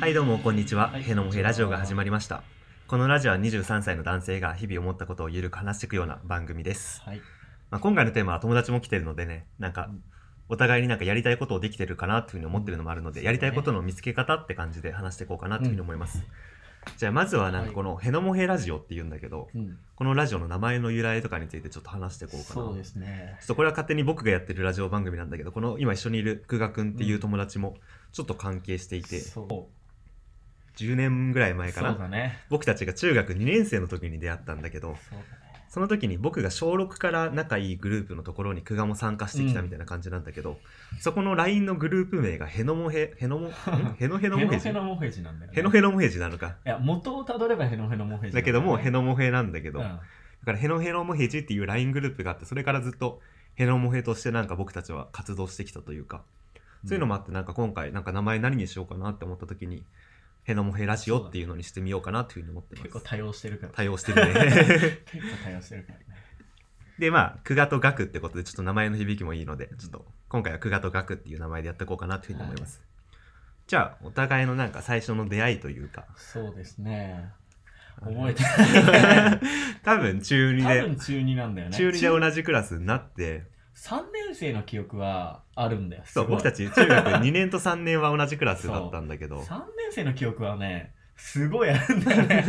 はいどうもこんにちは。へのもへラジオが始まりました。このラジオは23歳の男性が日々思ったことをゆるく話していくような番組です。はい。まあ、今回のテーマは友達も来てるのでね、なんかうんお互いになんかやりたいことをできてるかなというふうに思ってるのもあるので、うんやりたいことの見つけ方って感じで話していこうかなというふうに思います。じゃあまずはなんかこのへのもへラジオっていうんだけど、うん。このラジオの名前の由来とかについてちょっと話していこうかな。そうですねちょ。っとこれは勝手に僕がやってるラジオ番組なんだけど、この今一緒にいる久我くんっていう友達もちょっと関係していて、そう。 10年ぐらい前かそうな、だね。僕たちが中学2年生の時に出会ったんだけど、そうだね。その時に僕が小6から仲いいグループのところに久我も参加してきたみたいな感じなんだけど、そこの LINE のグループ名がヘノモヘ、ヘ ノモ、んヘノヘノモヘジヘノモヘジなんだよ、ね。ヘノヘノモヘジなのか。いや、元をたどればヘノヘノモヘだジなんよね、けどもうヘノノモヘなんだけど、うだん。からヘノヘノモヘジっていう LINE グループがあって、それからずっとヘノモヘとしてなんか僕たちは活動してきたというか、そういうのもあって、なんか今回、なんか名前何にしようかなって思った時に、ヘノモヘラジオっていうのにしてみようかなっていうふうに思って結ま構す。多用してるから。対応してるね。結構多用してるからね。で、まあ、久我とガクってことで、ちょっと名前の響きもいいので、ちょっと今回は久我とガクっていう名前でやっていこうかなというふうに思います。じゃあ、お互いのなんか最初の出会いというか。そうですね。覚えて多分中2ない。多分で、中二なんだよね。中2で同じクラスになって、 3年生の記憶はあるんだよ。そう、僕たち。ち中学2年と3年は同じクラスだったんだけ ど、 3年生の記憶はね、すごいあるんだよ ね。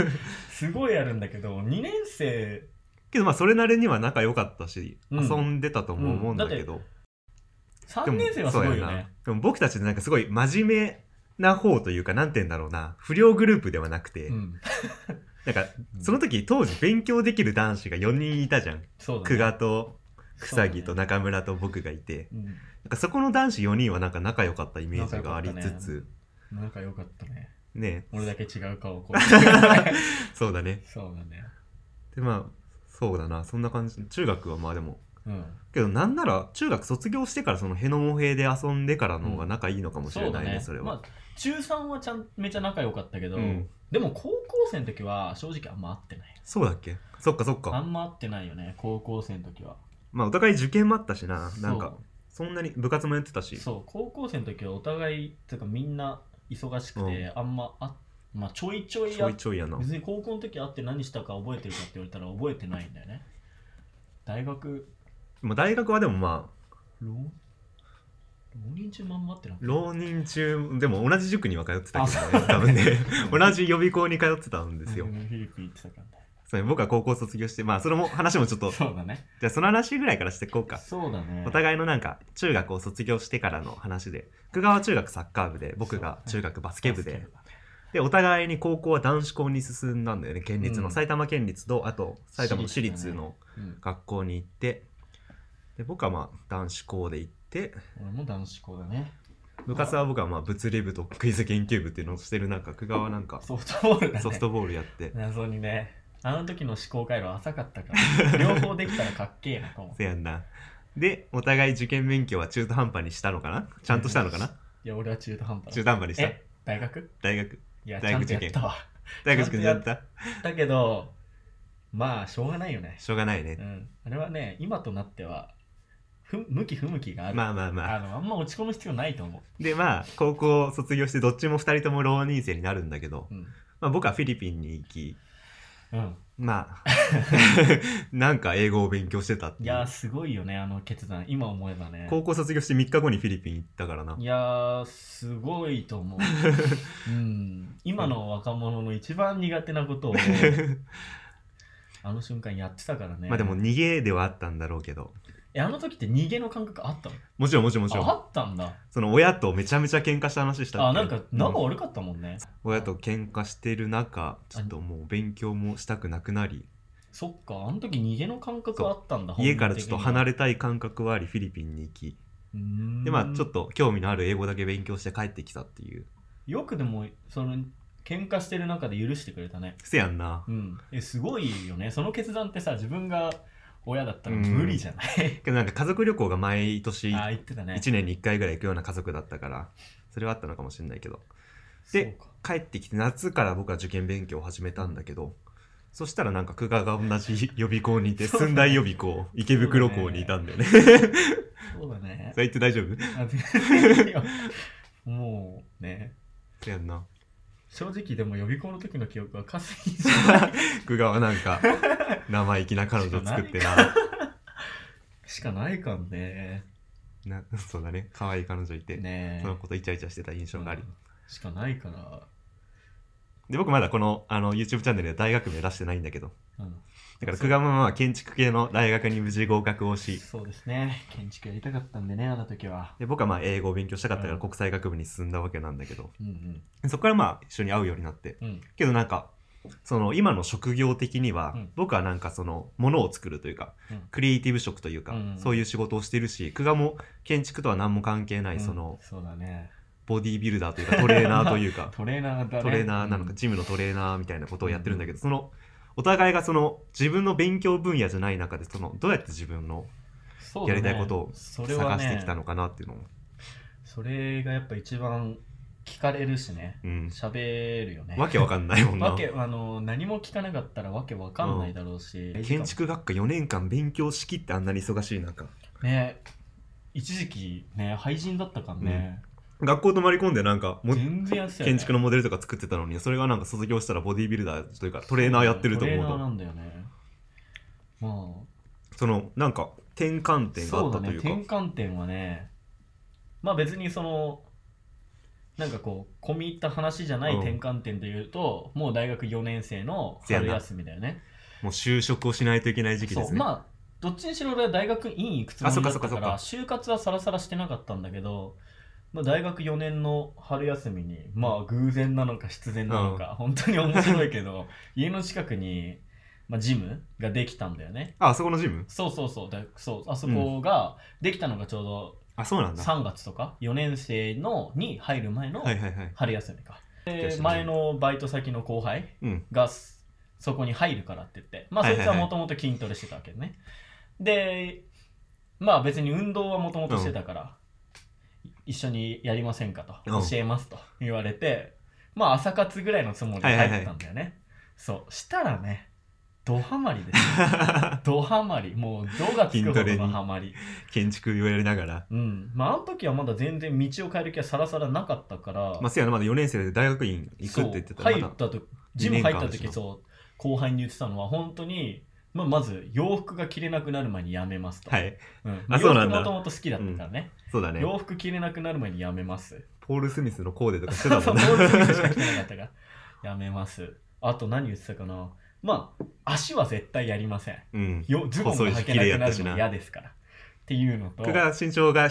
すごいあるんだけど、2年生けどまあそれなりには仲良かったし、うん遊んでたとも思うんだけど、 3年生はすごいよそうやねな。でも僕たちってなんかすごい真面目な方というか、なんて言うんだろうな、不良グループではなくて、うん、なんか、その時当時勉強できる男子が4人いたじゃん。そうだね久我と草木そとうだね中村と僕がいて、うんなんかそこの男子4人はなんか仲良かったイメージがありつつ、なんか良かったね。ね俺だけ違う顔をこ う。そうそうだね。だね。で、まあ、そうだな、そんな感じ。中学はまあでも、うん。けどなんなら中学卒業してからそのヘノモヘで遊んでからの方が仲いいのかもしれないね、それは。まあ、中3はちゃんめちゃ仲良かったけど、うんでも高校生の時は正直あんま会ってない。そうだっけそっかそっあか。んま会ってないよね、高校生の時は。まあお互い受験もあったしな、なんか、そんなに部活もやってたそし。うそう、高校生の時はお互い、てかみんな忙しくて、あんまあ、まあ、ちょいちょいちょ会っいちょいやな。別に高校の時会って何したか覚えてるかって言われたら覚えてないんだよね。大学、まあ、大学はでもまあ、浪浪人中まんま会ってなくて浪人中、でも同じ塾には通ってたけあどそね、う多分ね。同じ予備校に通ってたんですよう。んフィリピン行ってたからね。そう僕は高校卒業して、まあそれも話もちょっと、じそうだね。ゃあその話ぐらいからしていこうか。そうだね。お互いのなんか、中学を卒業してからの話で、久川は中学サッカー部で、僕が中学バスケ部バスでだ、ねで、お互いに高校は男子校に進んだんだよね、県立の、うん埼玉県立と、あと埼玉の私立私立だのうん、学校に行ってで僕はまあ男子校で行って俺も男子校だね。部活は僕はまあ物理部とクイズ研究部っていうのをしてる中久我はなんかソフトボールだ ね。ソフトボールやって謎にね。あの時の思考回路浅かっ たから、両方できたらかっけえなと思っせて。やんなでお互い受験勉強は中途半端にしたのかなちゃんとしたのかないや、俺は中途半端だ。中途半端にしたえ大学大学いや、ち大ゃ学んと受やっ験たわ。大学受験ちゃやんっとただけど、まあ、しょうがないよね。しょうがないねうん。あれはね、今となっては、ふ向き不向きがある。まあまあまああのあんま落ち込む必要ないと思でまあ高校卒業してどっちも2人とも浪人生になるんだけどう。、うん。まあ、僕はフィリピンに行きうん。 まあ なんか英語を勉強してたっていいやー、うすごいよね、あの決断。今思えばね。高校卒業して3日後にフィリピン行ったからないやー、すごいと思 う。うん、今の若者の一番苦手な ことをあの瞬間やってたからね。まあでも逃げではあったんだろうけどえ、あの時って逃げの感覚あったのもちろんもちろんもちろああんったんだ。その親とめちゃめちゃ喧嘩した話したっけあ、なんかう仲悪かったもんね。親と喧嘩してる中ちょっともう勉強もしたくなくなりそっか、あの時逃げの感覚あったんだ。家からちょっと離れれたい感覚はありフィリピンに行きででまあちょっと興味のある英語だけ勉強して帰ってきたっていうよくでも、その、喧嘩してる中で許してくれたね。せやんなうん。え、すごいよね。その決断ってさ、自分が親だったらうん無理じゃない、けどなんか家族旅行が毎年あ、 1言ってたね。年に1回ぐらい行くような家族だったからそれはあったのかもしれないけどそうでか帰ってきて夏から僕は受験勉強を始めたんだけどそしたらなんか久我が同じ予備校にいてそうだね駿台予備校池袋校にいたんだよねそうだね そ。れ言って大丈夫 あ全然いいよもうね。そやんな正直でも予備校の時の記憶はかすぎ 僕がなんか生意気な彼女作ってなしかないかんね。な そうだね可愛い彼女いて、ねえその子とイチャイチャしてた印象があり、うんしかないから。で僕まだこのあの YouTube チャンネルで大学名出してないんだけどうだんからそう久我ママは建築系の大学に無事合格をしそうですね。建築やりたかったんでね、あの時は。で僕はまあ英語を勉強したかったかうらん国際学部に進んだわけなんだけど、うんそこからまあ一緒に会うようになってうん。うん。けどなんかその今の職業的には、うん僕はなんかそのものを作るというか、うんクリエイティブ職というか、うんそういう仕事をしてるし久我も建築とは何も関係ない、うんそのそうだね。ボディービルダーというかトレーナーという かトレーナーだね。トレーナーなのかうんジムのトレーナーみたいなことをやってるんだけど、そのお互いがその自分の勉強分野じゃない中でそのどうやって自分のそうだやねりたいことをそれは探ねしてきたのかなっていうのを、それがやっぱ一番聞かれるしね。うん、喋るよね。わけわかんないもんなわけあの何も聞かなかったらわけわかんないだろうし、建築学科4年間勉強しきってあんなに忙しい中ね一時期ね廃人だったからね、学校泊まり込んでなんかも全然やってたよ、ね、建築のモデルとか作ってたのにそれがなんか卒業したらボディービルダーというかトレーナーやってるとトレーナー思なうんだよねまとそのなんか転換あ点があそっうただとねいうか転換点はねまあ別にそのなんかこう込み入った話じゃないうん転換点でいうと、もう大学4年生の春休みだよねもう就職をしないといけない時期でそうすね、まあどっちにしろ俺は大学院行くつもりだったかあそっかそっらか就活はさらさらしてなかったんだけど、まあ、大学4年の春休みにまあ偶然なのか必然なのか、本当に面白いけど 家の近くに、まあ、ジムができたんだよねああそこのジムそうそうそうだそうあそこができたのがちょうあそうなんだど3月とか4年生のに入る前のはいはいはい春休みか、じゃあでその前のバイト先の後輩うんがそそこに入るからって言ってまあはそいいはついはいはもともと筋トレしてたわけね、でまあ別に運動はもともとしてたから、い一緒にやりませんかとうん教えますと言われてまあ朝活ぐらいのつもりで入ってたんだよね、そうしたらねドハマりですよ ドハマりもうドがつく筋ほどトレのにハマり建築をやりながらうんまああの時はまだ全然道を変える気はさらさらなかったからまあせやなまだ4年生で大学院行くって言ってたらそう入まっだたとジ二年ム入間ったでし時ょそう後輩に言ってたのは本当にまあ、まず洋服が着れなくなる前にやめますと、はいうん、あそうなんだ洋服もともと好きだったからね、そうだね洋服着れなくなる前にやめます ポール・スミスのコーデとかしそてうたそもうんなポールスミスしか着てなかったからやめますあと何言ってたかなまあ足は絶対やりません うんよズボンが履けなくなるのも嫌ですからっていうのと僕が身長が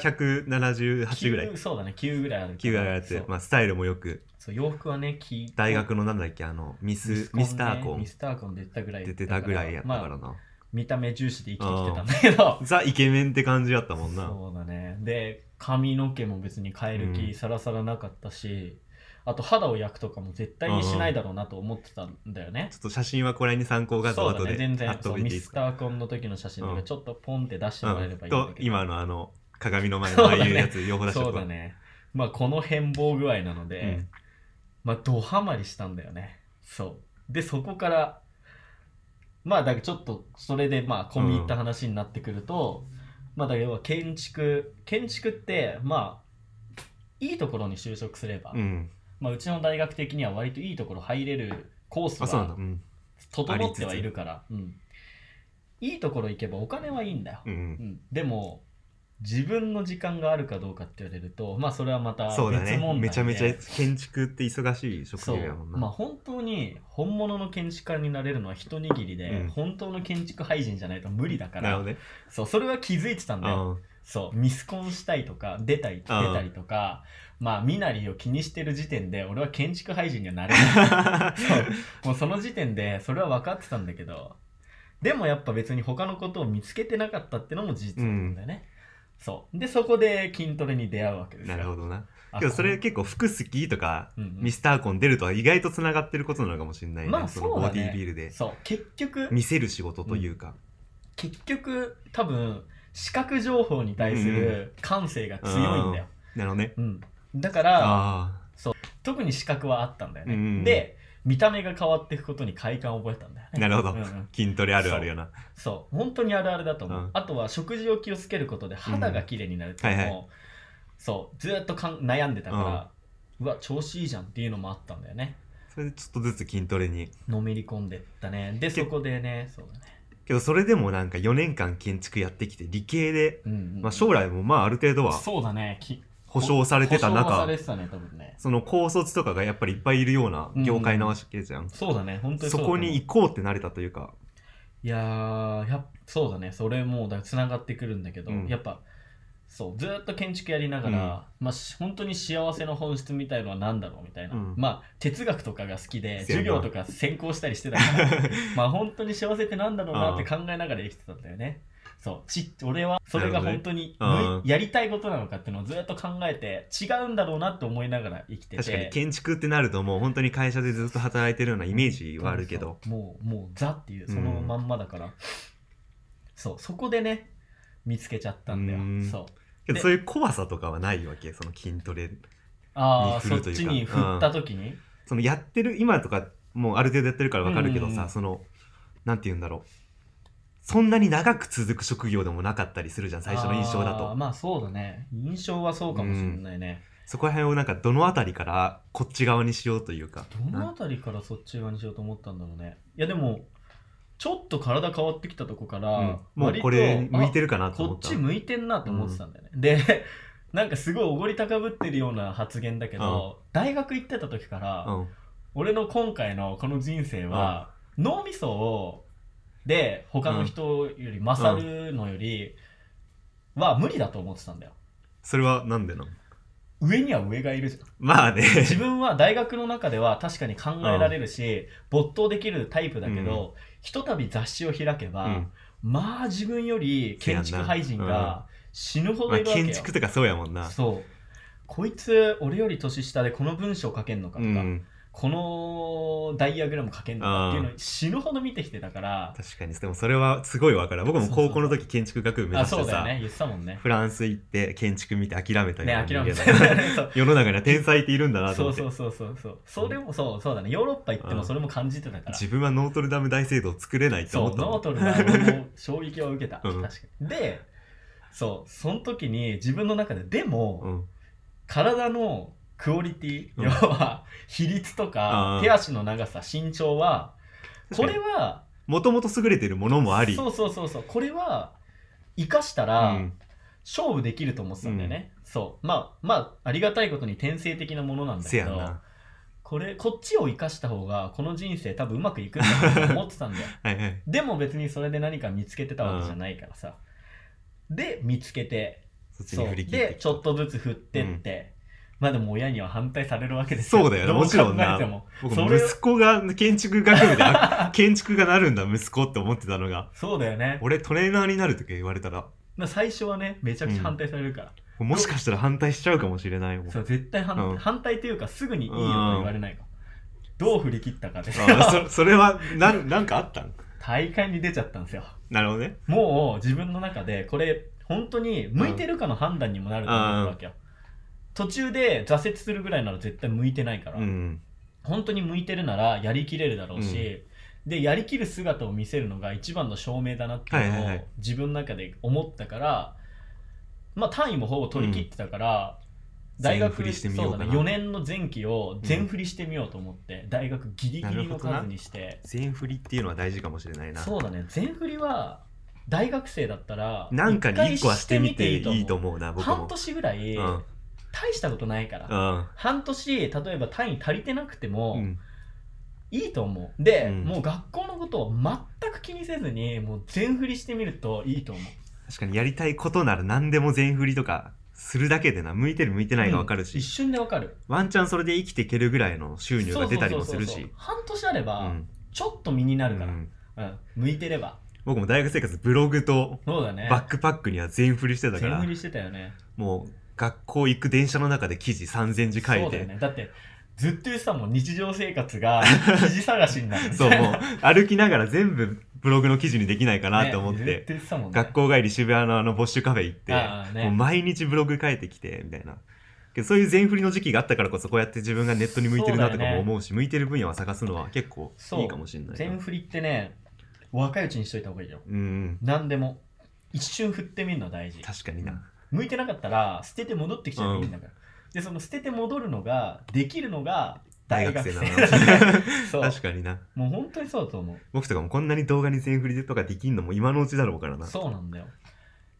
178ぐらい9そうだね9ぐらいある9ぐらいあってそう,、まあスタイルもよくそう洋服はね着大学のなんだっけあのミミススコンねミスターコンミスターコン出てたぐらい出てたぐらいやったからまあな、見た目重視で生きてきてたんだけどザイケメンって感じだったもんな。そうだねで髪の毛も別に変えるう気んさらさらなかったし、あと肌を焼くとかも絶対にしないだろうなと思ってたんだよね、ちょっと写真はこれに参考画像そうだ後ねで全然後そうで見ミていいでスすか。ターコンの時の写真とうかんちょっとポンって出してもらえればいいんだとけど、今のあの鏡の前のああいうやつ両方出しそうとだねまあこの変貌具合なので、うんまあドハマりしたんだよねそうでそこからまあだからちょっとそれでまあ込み入った話になってくると、まあだから要は建築建築ってまあいいところに就職すれば、うん。まあ、うちの大学的には割といいところ入れるコースあそうなんだ。がうん。整ってはいるから、うんいいところ行けばお金はいいんだよ、う。うんんでも自分の時間があるかどうかって言われるとまあそれはまた別そう問だ題で、ね。めちゃめちゃ建築って忙しい職そう業やもんな。まあ本当に本物の建築家になれるのは一握りで、うん本当の建築俳人じゃないと無理だなかるらほどね。そうそれは気づいてたんだようんそうミスコンしたいとか出たり出うんたりとかまあ身なりを気にしてる時点で俺は建築俳人にはな れないそうもうその時点でそれは分かってたんだけどでもやっぱ別に他のことを見つけてなかったってのも事実なんだよね、そうでそこで筋トレに出会うわけですよなるほどな。あけどそれこ結構服好きとかのうんうんミスターコン出るとは意外とつながってることなのかもしれないね。まあのそうボだねディービルでそう結局見せる仕事というか。結局多分視覚情報に対する感性が強いんだよ、なるほどね。うんだからあ特に視覚はあったんだよね、うんうんで見た目が変わっていくことに快感を覚えたんだよあ。ねなるほどうんうん。筋トレあるあるよな。そう本当にあるあるだと思う、うんあとは食事を気をつけることで肌が綺麗になるっていうのも、うんはいそうずーっとかん悩んでたから、うわ調子いいじゃんっていうのもあったんだよねそれでちょっとずつ筋トレにのめり込んでったねでそこでねそうだねけどそれでもなんか4年間建築やってきて理系で、うんうん、まあ、将来もまあある程度はそうだねき保証されてた保証はさ中れてたね多分ねその高卒とかがやっぱりいっぱいいるような業界なわけじゃん、そうだね本当にそうだこねに行こうってなれたというかいやーやっそうだねそれもだつながってくるんだけど、うんやっぱそうずーっと建築やりながら、まあし本当に幸せの本質みたいのは何だろうみたいな、うんまあ哲学とかが好きでそう授やな業とか専攻したりしてたから まあ本当に幸せってなんだろうなって考えながら生きてたんだよねそうち俺はそれがなる本ほ当にうんむいやりたいことなのかっていうのをずーっと考えて違うんだろうなって思いながら生きてて確かに建築ってなるともう本当に会社でずっと働いてるようなイメージはあるけどそうもうもうザっていうそのまんまだから、そうそこでね見つけちゃったんだよ、うんそうけどそういう怖さとかはないわけその筋トレああに振そっるというかちに振った時に、そのやってる今とかもうある程度やってるからわかるけどうんうんさ、うんそのなんて言うんだろうそんなに長く続く職業でもなかったりするじゃん最初の印象だあーとまあそうだね印象はそうかもしれないね、そこら辺をなんかどのあたりからこっち側にしようというかどのな辺りからそっち側にしようと思ったんだろうねいやでもちょっと体変わってきたとこかうらん、もうこれ向いてるかなと思こっったち向いてんなって思ってたんだよね、でなんかすごいおごり高ぶってるような発言だけど、大学行ってた時から、うん、俺の今回のこの人生は、脳みそをで他の人より勝るのよりは無理だと思ってたんだよそれはなんでなの上には上がいるじゃんまあね自分は大学の中では確かに考えられるし、没頭できるタイプだけど、ひとたび雑誌を開けば、うんまあ自分より建築俳人せやなうが死ぬほまどあいるわけよ、建築とかそうやもんなそうこいつ俺より年下でこの文章書けんのかうとか、んこのダイアグラム書けんのかっていうのを死ぬほど見てきてたから、確かにでもそれはすごいわからん僕も高校の時建築学部目あ指しそてうだよさ、ね言ってたもんねフランス行って建築見て諦めたようなね人諦間だめて そう世の中には天才っているんだなと そ思うってそうそうそうそうそれもそうそうだねヨーロッパ行ってもそれも感じてたから、自分はノートルダム大聖堂を作れないとそ思うノーったトルは俺も衝撃を受けた、うん確かにでそうその時に自分の中ででも、のうん体のクオリティ、うん要は比率とかあー手足の長さ身長はこれはもともと優れてるものもありそうそうそうそうこれは生かしたうら、ん勝負できると思ってたんだよね、そうまあまあありがたいことに天性的なものなんだせけやんどなこれこっちを生かした方がこの人生多分うまくいくんだなと思ってたんだよはいはいでも別にそれで何か見つけてたわけじゃないからさ、で見つけてそっちそにう振り切ってでちょっとずつ振ってって、まあでも親には反対されるわけですそうだよねどうもちろんな考えても僕そもれ息子が建築学部で あ建築がなるんだ息子って思ってたのがそうだよね、俺トレーナーになるとか言われたらまあ、最初はねめちゃくちゃ反対されるから、もしかしたら反対しちゃうかもしれないもんそう絶対反,、うん反対というかすぐにいいよと言われないか、どう振り切ったかであそそれはなんなんかあったん大会に出ちゃったんですよなるほどねもう自分の中でこれ本当に向いてるかの判断にもなると思ったわけよ、途中で挫折するぐらいなら絶対向いてないから、うん本当に向いてるならやりきれるだろうし、でやりきる姿を見せるのが一番の証明だなっていうはいはのいをはい自分の中で思ったからまあ単位もほぼ取り切ってたから、大学全振りしてみようかなそうだね、4年の前期を全振りしてみようと思って、大学ギリギリの数にして全振りっていうのは大事かもしれないなそうだね全振りは大学生だったらなんかに1個はしてみて一回いいしてとみ思うなてい僕いも半年ぐらい、うん大したことないから、うん半年例えば単位足りてなくても、うんいいと思うで、うんもう学校のことを全く気にせずにもう全振りしてみるといいと思う確かにやりたいことなら何でも全振りとかするだけでな向いてる向いてないが分かるし、一瞬でわかるワンチャンそれで生きていけるぐらいの収入が出たりもするそうそうしそうそう半年あれうばんちょっと身になるから、ううんん向いてれば僕も大学生活ブログとそうだねバックパックには全振りしてたか全ら振りしてたよねもう学校行く電車の中で記事3000字書そいうだてよねだってずっと言ってたもん日常生活が 記事探しになる そう,、もう歩きながら全部ブログの記事にできないかなと思って、ねずっと言ってたもんね学校帰り渋谷のあのボッシュカフェ行って、ああねもう毎日ブログ書いてきてみたいなけどそういう全振りの時期があったからこそこうやって自分がネットに向いてるなとかも思うし向いてる分野を探すのは結構そういいかもしれない全振りってね若いうちにしといた方がいいようんうん何でも一瞬振ってみるの大事確かにな向いてなかったら捨てて戻ってきちゃえばいいんだから、でその捨てて戻るのができるのが大学生なの大 学 そう確かになもう本当にそうだと思う僕とかもこんなに動画に全振りでとかできんのも今のうちだろうからなそうなんだよ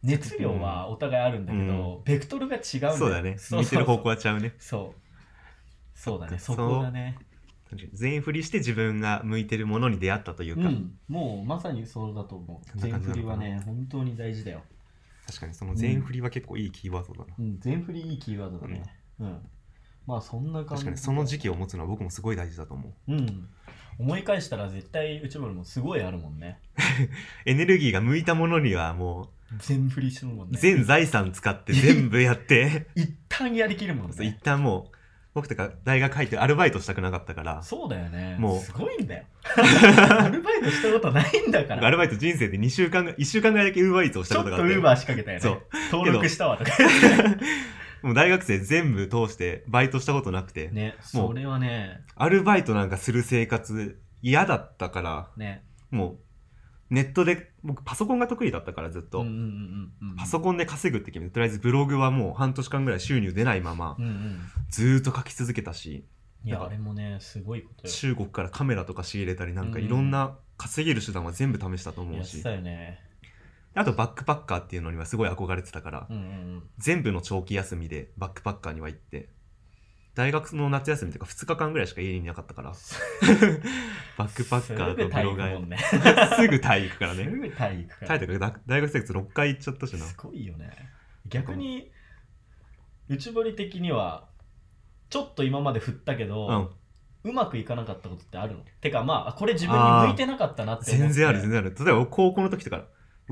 熱量はお互いあるんだけど、ベクトルが違うんだよそうだねそうそう見てる方向はちゃうねそうそうだねそそっかこがね確かに全振りして自分が向いてるものに出会ったといううか、んもうまさにそうだと思うそんな全感じ振なのかりなはね本当に大事だよ、確かにその全振りは結構いいキーワードだな、うん、全振りいいキーワードだねうん、まあそんな感じ確かにその時期を持つのは僕もすごい大事だと思ううん思い返したら絶対内村もすごいあるもんねエネルギーが向いたものにはも全振りするもんうね全財産使 って全部やって、一旦やりきるもんそう一ね旦もう僕とか大学入ってアルバイトしたくなかったからそうだよねもうすごいんだ よアルバイトしたことないんだからアルバイト人生で2週間が1週間ぐらいだけウーバーイーツをしちたょこっとがあとウってーバー仕掛けたよねそう登録したわとかもう大学生全部通してバイトしたことなくて、ねもうそれはねアルバイトなんかする生活嫌だったからねもうネットで僕パソコンが得意だったからずっと、うんうんうんうんパソコンで稼ぐって決めてとりあえずブログはもう半年間ぐらい収入出ないままうんうんずーっと書き続けたしいだやかあられもねすごいことよ中国からカメラとか仕入れたりなんかうんいろんな稼げる手段は全部試したと思やうっしてたよねあとバックパッカーっていうのにはすごい憧れてたからうんうん全部の長期休みでバックパッカーには行って大学の夏休みとか2日間ぐらいしか家にいなかったから バックパッカーとブロガすぐ体育もんーね すぐ体育からねすぐ体育タからイトルが大学生活6回行っちゃったしなすごいよね逆に内堀的にはちょっと今まで振ったけど、ううんまくいかなかったことってあるのてかまあこれ自分に向いてなかったなって思って全然ある全然ある例えば高校の時とか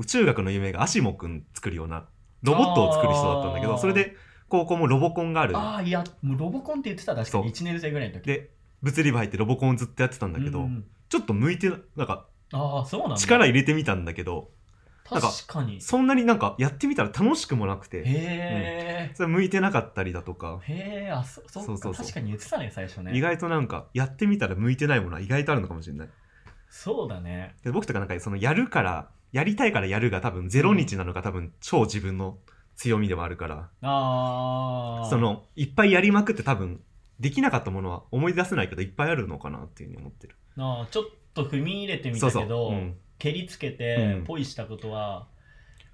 中学の夢がアシモくん作るようなロボットを作る人だったんだけあどーそれで高校もロボコンがあるああいやもうロボコンって言ってた確かそうに1年生ぐらいの時で物理部入ってロボコンずっとやってたんだけど、うんちょっと向いてななんかああそうなんだ力入れてみたんだけどなんか確かにそんなになんかやってみたら楽しくもなくてへえ、それ向いてなかったりだとか、へえあそそっかそうそうそう確かに言ってたね最初ね意外となんかやってみたら向いてないものは意外とあるのかもしれないそうだねで僕とかなんかそのやるからやりたいからやるが多分ゼロ日なのが多分超自分の強みでもあるから、ああそのいっぱいやりまくって多分できなかったものは思い出せないけどいっぱいあるのかなっていうふうに思ってるああちょっと踏み入れてみたけそどうそう、うん蹴りつけうてんポイしたことは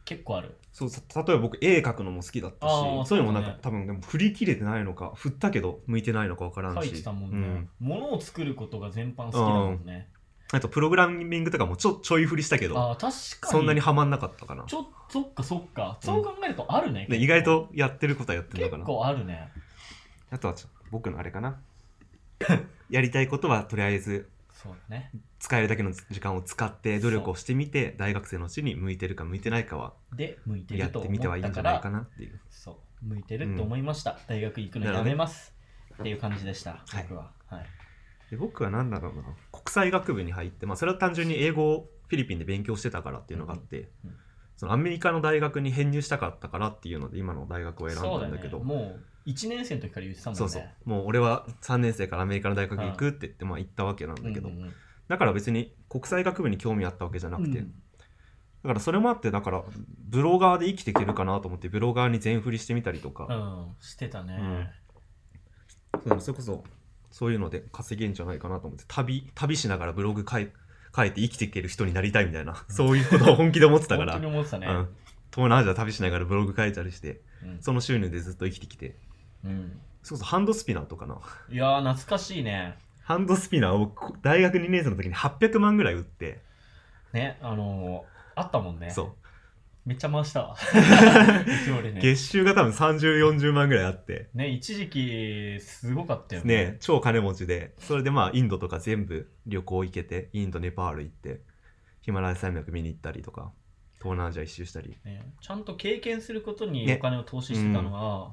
結構ある、そうさ例えば僕絵描くのも好きだったしあーそういうのもなんそうかだね多分でも振り切れてないのか振ったけど向いてないのか分からん書しいてたもんうねん、物を作ることが全般好きだもんね、あとプログラミングとかもちょちょい振りしたけどああ確かにそんなにはまんなかったかなちょそっかそっかそう考えるとあるね、で意外とやってることはやってるの結かな構あるねあとはちょ僕のあれかな やりたいことはとりあえずそうだね使えるだけの時間を使って努力をしてみて大学生のうちに向いてるか向いてないかはで向いてやるっとて思みてはっいいたんじかゃないからなっていうそう向いてると思いました、大学行くのやめます、っていう感じでしたはい僕は、はいで僕は何だろうな国際学部に入って、まあ、それは単純に英語をフィリピンで勉強してたからっていうのがあって、うんうんそのアメリカの大学に編入したかったからっていうので今の大学を選んそうだだんだねけどもう1年生の時から言ってたもんねそうそうもう俺は3年生からアメリカの大学行くって言って、まあ、行ったわけなんだけど、うんうんうんだから別に国際学部に興味あったわけじゃなくて、うんだからそれもあってだからブロガーで生きていけるかなと思ってブロガーに全振りしてみたりとうか、ん、してたね、そうそれこそそういうので稼げんじゃないかなと思って旅旅しながらブログ書い書いて生きていける人になりたいみたいな、うんそういうことを本気で思ってたか本ら、当うん、に東思ってたね、南アジア旅しながらブログ書いたりしてうんその収入でずっと生きてきてうんそれこそハンドスピナーとかないやー懐かしいねハンドスピナーをこ大学2年生の時に800万ぐらい売って、ねあのー、あったもんねそうめっちゃ 回したわ一応俺ね月収が多分3040万ぐらいあってね一時期すごかったよねね超金持ちでそれでまあインドとか全部旅行行けてインドネパール行ってヒマラヤ山脈見に行ったりとか東南アジア一周したりねちゃんと経験することにねお金を投資してたのが、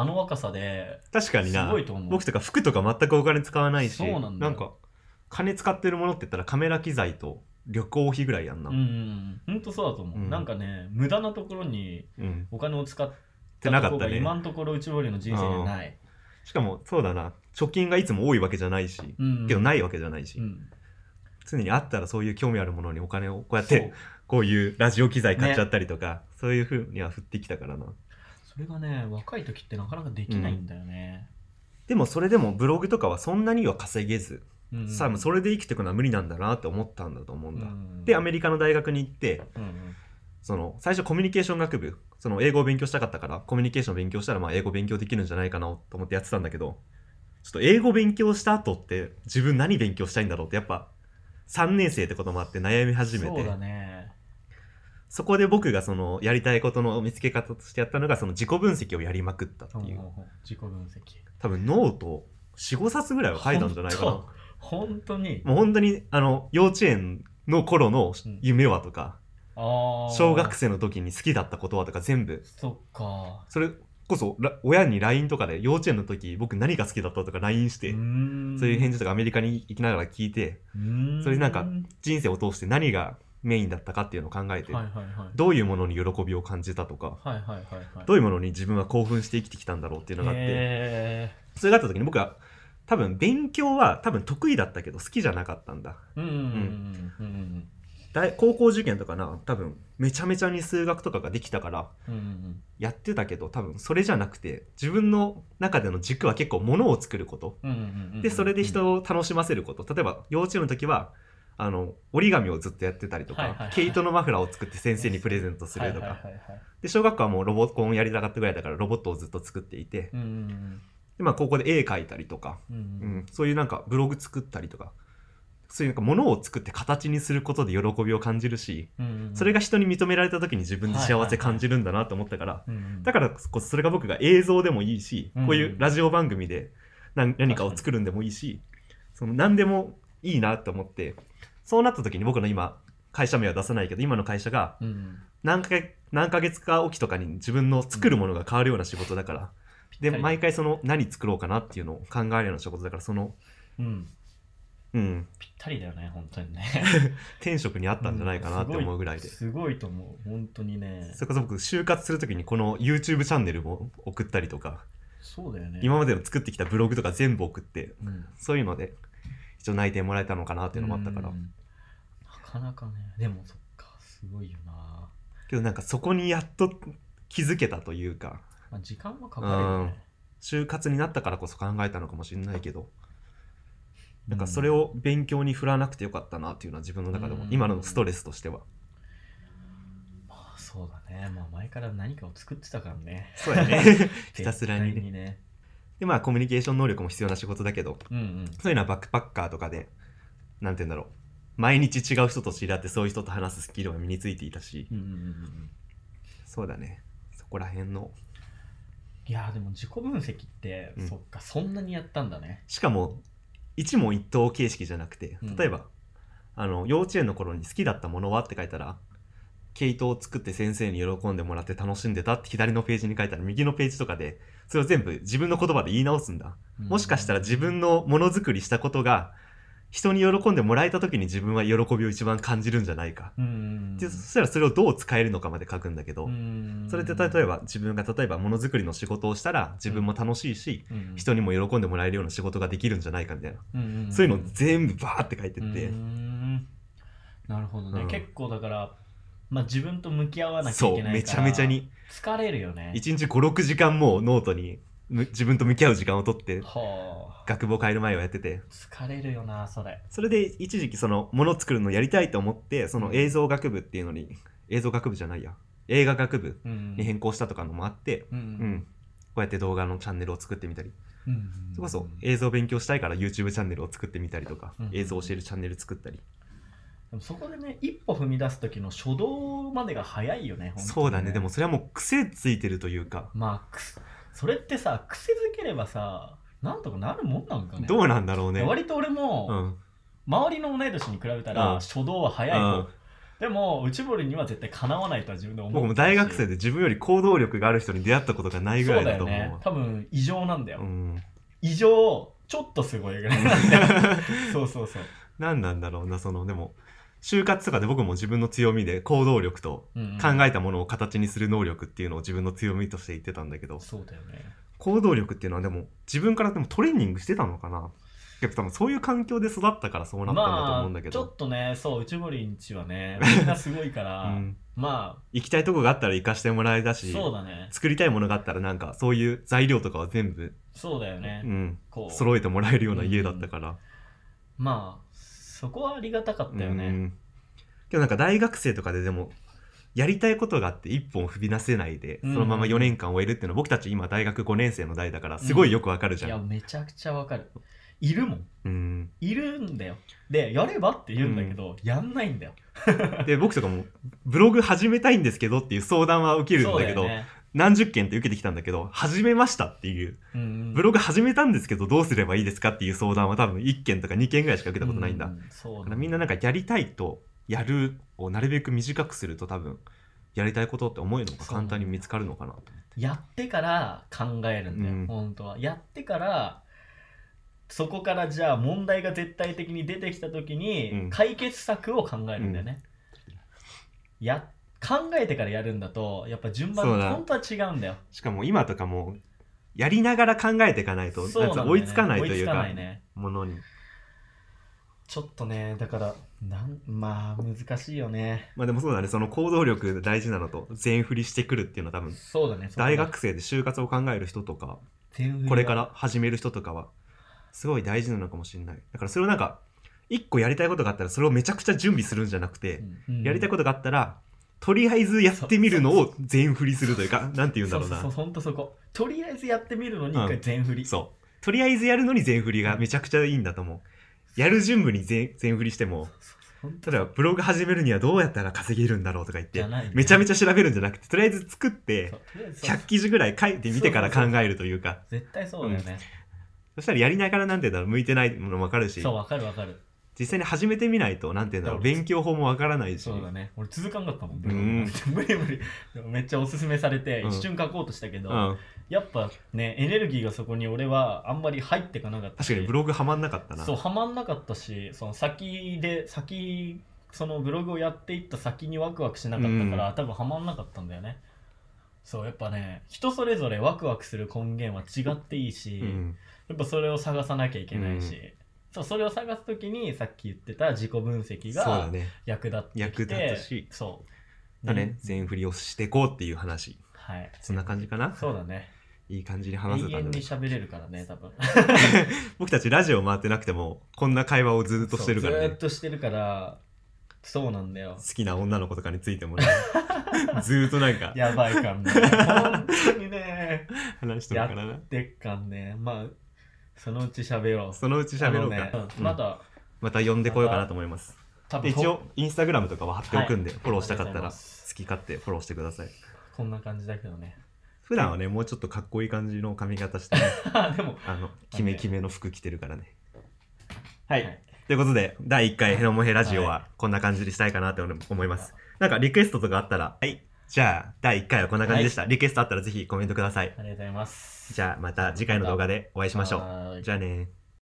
あの若さで確かにすなごいと思う僕とか服とか全くお金使わないしそうなんだよか金使ってるものって言ったらカメラ機材と旅行費ぐらいやんな、うんうんうんほんとそうだと思う、うんなんかね無駄なところにうんお金を使っってたなとかこったろがね今のところうちの俺の人生にはない、しかもそうだな貯金がいつも多いわけじゃないし、うんうん、けどい、ないわけじゃないし、うん、常にあったらそういう興味あるものにお金をこうやっそうてこういうラジオ機材買っちゃったりとか、そういうふうには振ってきたからなそれがね若い時ってなかなかできないんだよね、でもそれでもブログとかはそんなには稼げず、うんさあそれで生きていくのは無理なんだなって思ったんだと思うんだ、うんでアメリカの大学に行ってうんうんその最初コミュニケーション学部その英語を勉強したかったからコミュニケーションを勉強したらまあ英語勉強できるんじゃないかなと思ってやってたんだけどちょっと英語勉強した後って自分何勉強したいんだろうってやっぱ3年生ってこともあって悩み始めてそうだねそこで僕がそのやりたいことの見つけ方としてやったのがその自己分析をやりまくったっていう、ほんほんほん自己分析多分ノート45冊ぐらいは書いたんじゃないかな本当本当にもう本当にあの幼稚園の頃の夢はとか、ああ小学生の時に好きだったことはとか全部そっかそれこそら親に LINE とかで幼稚園の時僕何が好きだったとか LINE して、そういう返事事とかアメリカに行きながら聞いてそれなんか人生を通して何がメインだったかっていうのを考えて、はいはいはいどういうものに喜びを感じたとかはいはいはいはいどうういうものに自分は興奮して生きてきたんだろうっていうのがあって、へそれがあった時に僕は多分勉強は多分得意だったけど好きじゃなかったんだーうんうんうんうん大高校受験とかな多分めちゃめちゃに数学とかができたからうんうんやってたけど多分それじゃなくて自分の中での軸は結構物を作ることうんうんうんうんでそれで人を楽しませること例えば幼稚園の時はあの折り紙をずっとやってたりとか、はいはいはい毛糸のマフラーを作って先生にプレゼントするとか、はいはいはいはいで小学校はもうロボコンやりたかったぐらいだからロボットをずっと作っていてうんうんで、まあ、ここで絵描いたりとか、うんうんううんん、そういうなんかブログ作ったりとかそういうなんか物を作って形にすることで喜びを感じるしうんうんそれが人に認められた時に自分で幸せ感じるんだなと思ったから、うんうんだからこそそれが僕が映像でもいいし、うんこういうラジオ番組で何何かを作るんでもいいしその何でもいいなと思ってそうなった時に僕の今会社名は出さないけど今の会社がうんうん何ヶ月何ヶ月かおきとかに自分の作るものが変わるような仕事だから、ぴっでたり毎回その何作ろうかなっていうのを考えるような仕事だからその、うんうん、ぴったりだよね本当にね天職にあったんじゃないかなって思うぐらいで、すごいと思う本当にねそれこそ僕就活する時にこの YouTube チャンネルも送ったりとかそうだよね今までの作ってきたブログとか全部送ってうんそういうので、一応内定もらえたのかなっていうのもあったから。うんなかなかねでもそっかすごいよな、けどなんかそこにやっと気づけたというか、まあ、時間はかかるよね就活になったからこそ考えたのかもしれないけど、うなんかそれを勉強に振らなくてよかったなっていうのは自分の中でもう、ん今のストレスとしては。まあそうだねまあ前から何かを作ってたからねそうや ね。ひたすらにね絶対ね で、まあコミュニケーション能力も必要な仕事だけど、うんうんそういうのはバックパッカーとかで、なんて言うんだろう。毎日違う人と知り合ってそういう人と話すスキルは身についていたし、うんうんうんうんそうだね。そこら辺の。いやーでも自己分析って、うんそっかそんなにやったんだねしかも一問一答形式じゃなくてうん例えば、あの幼稚園の頃に好きだったものはって書いたら毛糸を作って先生に喜んでもらって楽しんでたって左のページに書いたら右のページとかでそれを全部自分の言葉で言い直すんだ、もしかしたら自分のものづくりしたことが人に喜んでもらえた時に自分は喜びを一番感じるんじゃないか、うんうんでそしたらそれをどう使えるのかまで書くんだけど、うんそれって例えば自分が例えばものづくりの仕事をしたら自分も楽しいし、うんうん人にも喜んでもらえるような仕事ができるんじゃないかみたいなうんんんそういうの全部バーって書いてって、うーんなるほどね、うん結構だから、まあ、自分と向き合わなきゃいそけうないからめちゃめちゃに疲れるよね1日56時間もうノートにむ自分と向き合う時間を取ってはあ学部を変える前はやってて疲れるよなそれそれで一時期そのもの作るのやりたいと思ってその映像学部っていうのに映像学部じゃないや映画学部うんに変更したとかのもあって、ううんんこうやって動画のチャンネルを作ってみたりうんそれこそ映像勉強したいから YouTube チャンネルを作ってみたりとか、うん映像教えるチャンネル作ったり、でもそこでね一歩踏み出す時の初動までが早いよね本当にそうだねでもそれはもう癖ついてるというかまあくすそれってさ癖づければさなんとかなるもんなんかねどうなんだろうねいや割と俺も、うん周りの同い年に比べたら、うん初動は早い方、でも内堀には絶対かなわないとは自分で思って僕たしも大学生で自分より行動力がある人に出会ったことがないぐらいだと思うわそうだよね多分異常なんだよ、うん、異常ちょっとすごいぐらいなんだよ そうそうそう、何なんだろうなそのでも就活とかで僕も自分の強みで行動力とうんうん考えたものを形にする能力っていうのを自分の強みとして言ってたんだけどそうだよね行動力っていうのはでも自分からでもトレーニングしてたのかなやっぱ多分そういう環境で育ったからそうなったんだと思まうんだあけちょど、っとねそう内堀んちはねみんなすごいから、うん、ま行きたいとこがあったら行かしてもらえたあしそうだね作りたいものがあったらなんかそういう材料とかは全部、そうだよね、うん、こう揃えてもらえるような家だったから、まあそこはありがたかったよね、うんけどなんか大学生とかででもやりたいことがあって一本踏み出せないで、うんそのまま4年間終えるっていうのは僕たち今大学5年生の代だからすごいよくわかるじいゃやん、めちゃくちゃわかるいるもんうんいるんだよでやればって言うんだけど、やんないんだよで僕とかもブログ始めたいんですけどっていう相談は受けるんだけどそうよね何十件って受けてきたんだけど始めましたっていううんうんブログ始めたんですけどどうすればいいですかっていう相談は多分1件とか2件ぐらいしか受けたことないんだ、ううそうだからみんななんかやりたいとやるをなるべく短くすると多分やりたいことって思えるのが簡単に見つかるのかなとやってから考えるんだよ、うん本当はやってからそこからじゃあ問題が絶対的に出てきた時うにん解決策を考えるんだよね、や考えてからやるんだとやっぱ順番そうだ本当は違うんだよしかも今とかもうやりながら考えていかないとそうなんだなんかよね追いつかないという追つかないねものにちょっとねだからなんまあ難しいよねまあでもそうだねその行動力大事なのと全振りしてくるっていうのは多分そうだねそうだね大学生で就活を考える人とか全振りはこれから始める人とかはすごい大事なのかもしれないだからそれをなんか一個やりたいことがあったらそれをめちゃくちゃ準備するんじゃなくて、うんやりたいことがあったらとりあえずやってみるのを全振りするというかなんて言うんだろうなそうそうそうほんとそことりあえずやってみるのに一う回ん全振り、そうとりあえずやるのに全振りがめちゃくちゃいいんだと思うやる準備に全全振りしてもほんと例えばブログ始めるにはどうやったら稼げるんだろうとか言っじてゃないねめちゃめちゃ調べるんじゃなくてとりあえず作っそてうとりあえずそう100記事ぐらい書いてみてから考えるというか絶対そうだよね、そしたらやりながらなんて言うんだろう向いてないものも分かるしそうわかるわかる実際に始めてみないとなんて言うんだろうそう勉強法も分からないしそうだね俺続かんかったもん、うん無理無理で もめっちゃおすすめされてうん一瞬書こうとしたけど、うん、やっぱねエネルギーがそこに俺はあんまり入ってかなかったし確かにブログはまんなかったなそうはまんなかったしその先で先そのブログをやっていった先にワクワクしなかったから、多分はまんなかったんだよねそうやっぱね人それぞれワクワクする根源は違っていいし、うんやっぱそれを探さなきゃいけないし、うそうそれを探す時にさっき言ってた自己分析そうだがね役立って役きて、立つしそうだね全振りをしていこうっていう話はいそんな感じかなそうだねいい感じに永話せた遠んにで喋れるからね 多分僕たちラジオ回ってなくてもこんな会話をずっとしてるからそうずーねっとしてるからそうなん だよ好きな女の子とかについて もねずーっとなんかやばいかんね本当にね話してるからなでっかんねまあそのうち喋ろうそのうち喋ろうあのねか、うんまだまた呼んでこようかなと思います多で分一応インスタグラムとかは貼っておくんで、はいフォローしたかっありがとうたらございま好すき勝手フォローしてくださいこんな感じだけどね 普段はねもうちょっとかっこいい感じの髪型してね、でもあのキメキメの服着てるからねはい、はいということで第1回ヘロモヘラジオはいはこんな感じにしたいかなと思います、なんかリクエストとかあったらはいじゃあ第1回はこんな感じでした、リクエストあったらぜひコメントくださいありがとうございますじゃあまた次回の動画でお会いしましょうはーいじゃあねー